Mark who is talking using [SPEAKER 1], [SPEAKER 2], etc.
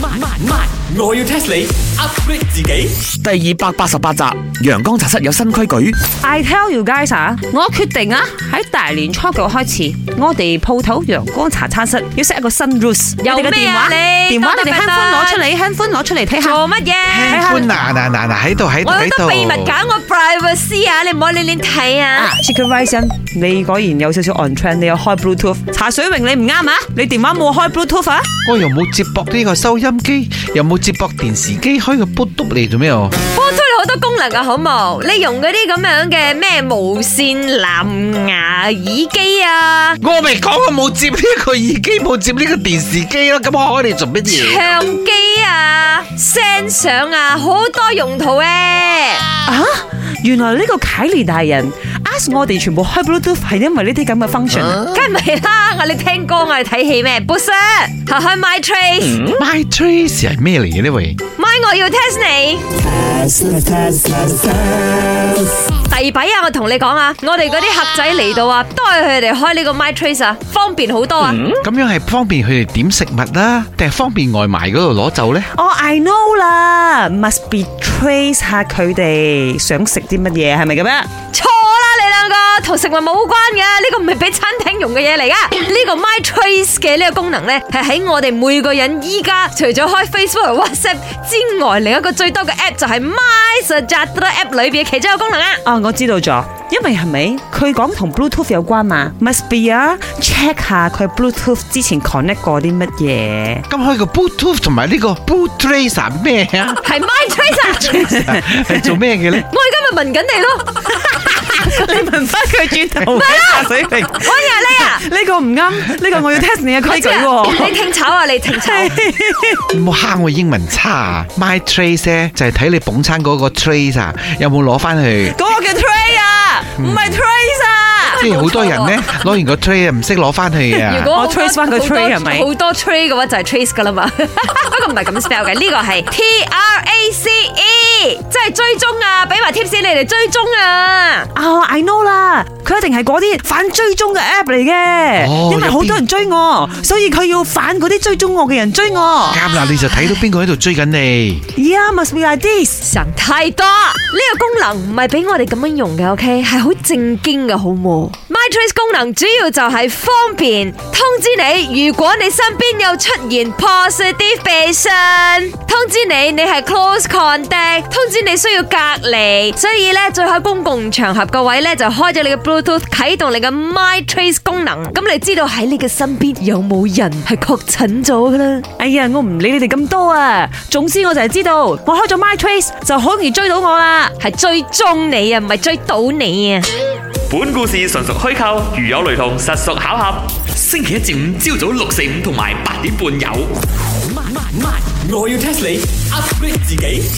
[SPEAKER 1] 慢慢慢，我要 test 你 upgrade 自己。
[SPEAKER 2] 第二百八十八集，陽光茶室有新規矩，
[SPEAKER 3] I tell you guys 啊，我決定啊，喺大年初九開始，我哋鋪頭陽光茶餐室要 set 一個新 rules。
[SPEAKER 4] 有
[SPEAKER 3] 你哋嘅
[SPEAKER 4] 咩啊你
[SPEAKER 3] 電話
[SPEAKER 4] 多
[SPEAKER 3] 你
[SPEAKER 4] 得
[SPEAKER 3] 哋慳
[SPEAKER 4] 不得
[SPEAKER 3] 歡攞出嚟，慳歡攞出嚟睇下。
[SPEAKER 4] 做乜嘢？
[SPEAKER 5] 潘嗱嗱嗱嗱喺度喺度
[SPEAKER 4] 我有
[SPEAKER 5] 喺
[SPEAKER 4] 得
[SPEAKER 5] 度，
[SPEAKER 4] 秘密揀我 privacy 啊！你唔好亂亂睇啊！
[SPEAKER 3] Chicken Rice 欣你果然有少少 on trend，你有開 Bluetooth。茶水榮你唔啱啊，你電話冇開 Bluetooth 啊？
[SPEAKER 5] 我又冇接駁呢個收音機，又冇接駁電視機，開個 b o o t 嚟做咩哦？
[SPEAKER 4] b l u 好多功能噶，好冇？你用嗰啲咁樣嘅咩無線藍牙耳機啊、
[SPEAKER 5] 我咪講我冇接呢個耳機，冇接呢個電視機咯，咁我開嚟做乜嘢？
[SPEAKER 4] 唱機啊、聲相啊，好多用途嘅。
[SPEAKER 3] 啊！原來呢個凱利大人 ask 我哋全部開 Bluetooth 係因為呢啲咁嘅 function 啊。
[SPEAKER 4] 梗係唔係啦，我哋聽歌，我哋睇戲咩 b o s 下去 My Trace，My、
[SPEAKER 5] My Trace 係咩嚟嘅呢？喂，
[SPEAKER 4] My 我要 test 你。第比啊！我同你講啊，我哋嗰啲客仔嚟到啊，都係佢哋開呢個 My Trace 啊，方便好多啊。
[SPEAKER 5] 咁樣係方便佢哋點食物啦，定係方便外賣嗰度攞走呢？
[SPEAKER 3] 哦、i know 啦，must be trace 下佢哋想食啲乜嘢，係咪咁啊？
[SPEAKER 4] 錯啦，你兩個同食物冇關嘅，呢、個唔係俾餐廳用嘅嘢嚟噶。呢、個 My Trace 嘅呢個功能呢，係喺我哋每個人依家除咗開 Facebook 同 WhatsApp 之外，另一個最多嘅 app 就係 My s u g g e s t app 裏邊嘅其中一個功能啊。
[SPEAKER 3] 啊，我知道咗，因為係咪佢講同 Bluetooth 有關嘛？Must be 啊，check 下佢 Bluetooth 之前 connect 過啲乜嘢。
[SPEAKER 5] 咁開個 Bluetooth 同埋呢個 Blue Trace 係咩啊？
[SPEAKER 4] 係 My Trace 啊！
[SPEAKER 5] 係做咩嘅呢？
[SPEAKER 4] 我而家咪問緊你咯，
[SPEAKER 3] 你問翻佢轉 頭，茶水平
[SPEAKER 4] 我日你啊！
[SPEAKER 3] 呢個唔啱，呢個我要 test 你嘅規矩喎。
[SPEAKER 4] 你聽炒啊！你聽炒，
[SPEAKER 5] 唔好蝦我英文差啊！My trace 咧就係睇你捧餐嗰個 trace 啊，有冇攞翻去？
[SPEAKER 3] 嗰個叫 tray 啊，唔係 trace 啊。
[SPEAKER 5] 即係好多人咧 攞完個 trace 啊唔識攞翻去
[SPEAKER 4] 如
[SPEAKER 5] 啊！
[SPEAKER 4] 果
[SPEAKER 3] 我 trace 翻個 tray 係咪
[SPEAKER 4] 好多 tray 嘅話就係 trace 噶啦嘛， 不過唔係咁 spell 嘅，呢個係 T R A C E，即係追蹤啊！俾埋 tips 你哋追蹤啊！
[SPEAKER 3] 啊、i know 啦，佢一定係嗰啲反追蹤嘅 app 嚟嘅，
[SPEAKER 5] 哦
[SPEAKER 3] 因為好多人追我，所以佢要反嗰啲追蹤我嘅人追 我。
[SPEAKER 5] 啱啦，你就睇到邊個喺度追緊你。
[SPEAKER 3] Yeah, must be like this。
[SPEAKER 4] 想太多，呢、個功能唔係俾我哋咁樣用嘅，OK，係好正經嘅，好冇？My Trace 功能主要就係方便通知你，如果你身邊有出現 positive patient，通知你你係 close contact，通知你需要隔離，所以咧最喺公共場合個位咧就開咗你嘅 Bluetooth，啟動你嘅 My Trace 功能，咁你知道喺你嘅身邊有冇人係確診咗噶啦。
[SPEAKER 3] 哎呀，我唔理你哋咁多啊，總之我就係知道，我開咗 My Trace 就好容易追到我啦。
[SPEAKER 4] 係追蹤你啊，唔係追到你啊！
[SPEAKER 1] 本故事純屬虛構，如有雷同，實屬巧合。星期一至五朝早六四五同埋八點半有。我要 test 你 upgrade 自己。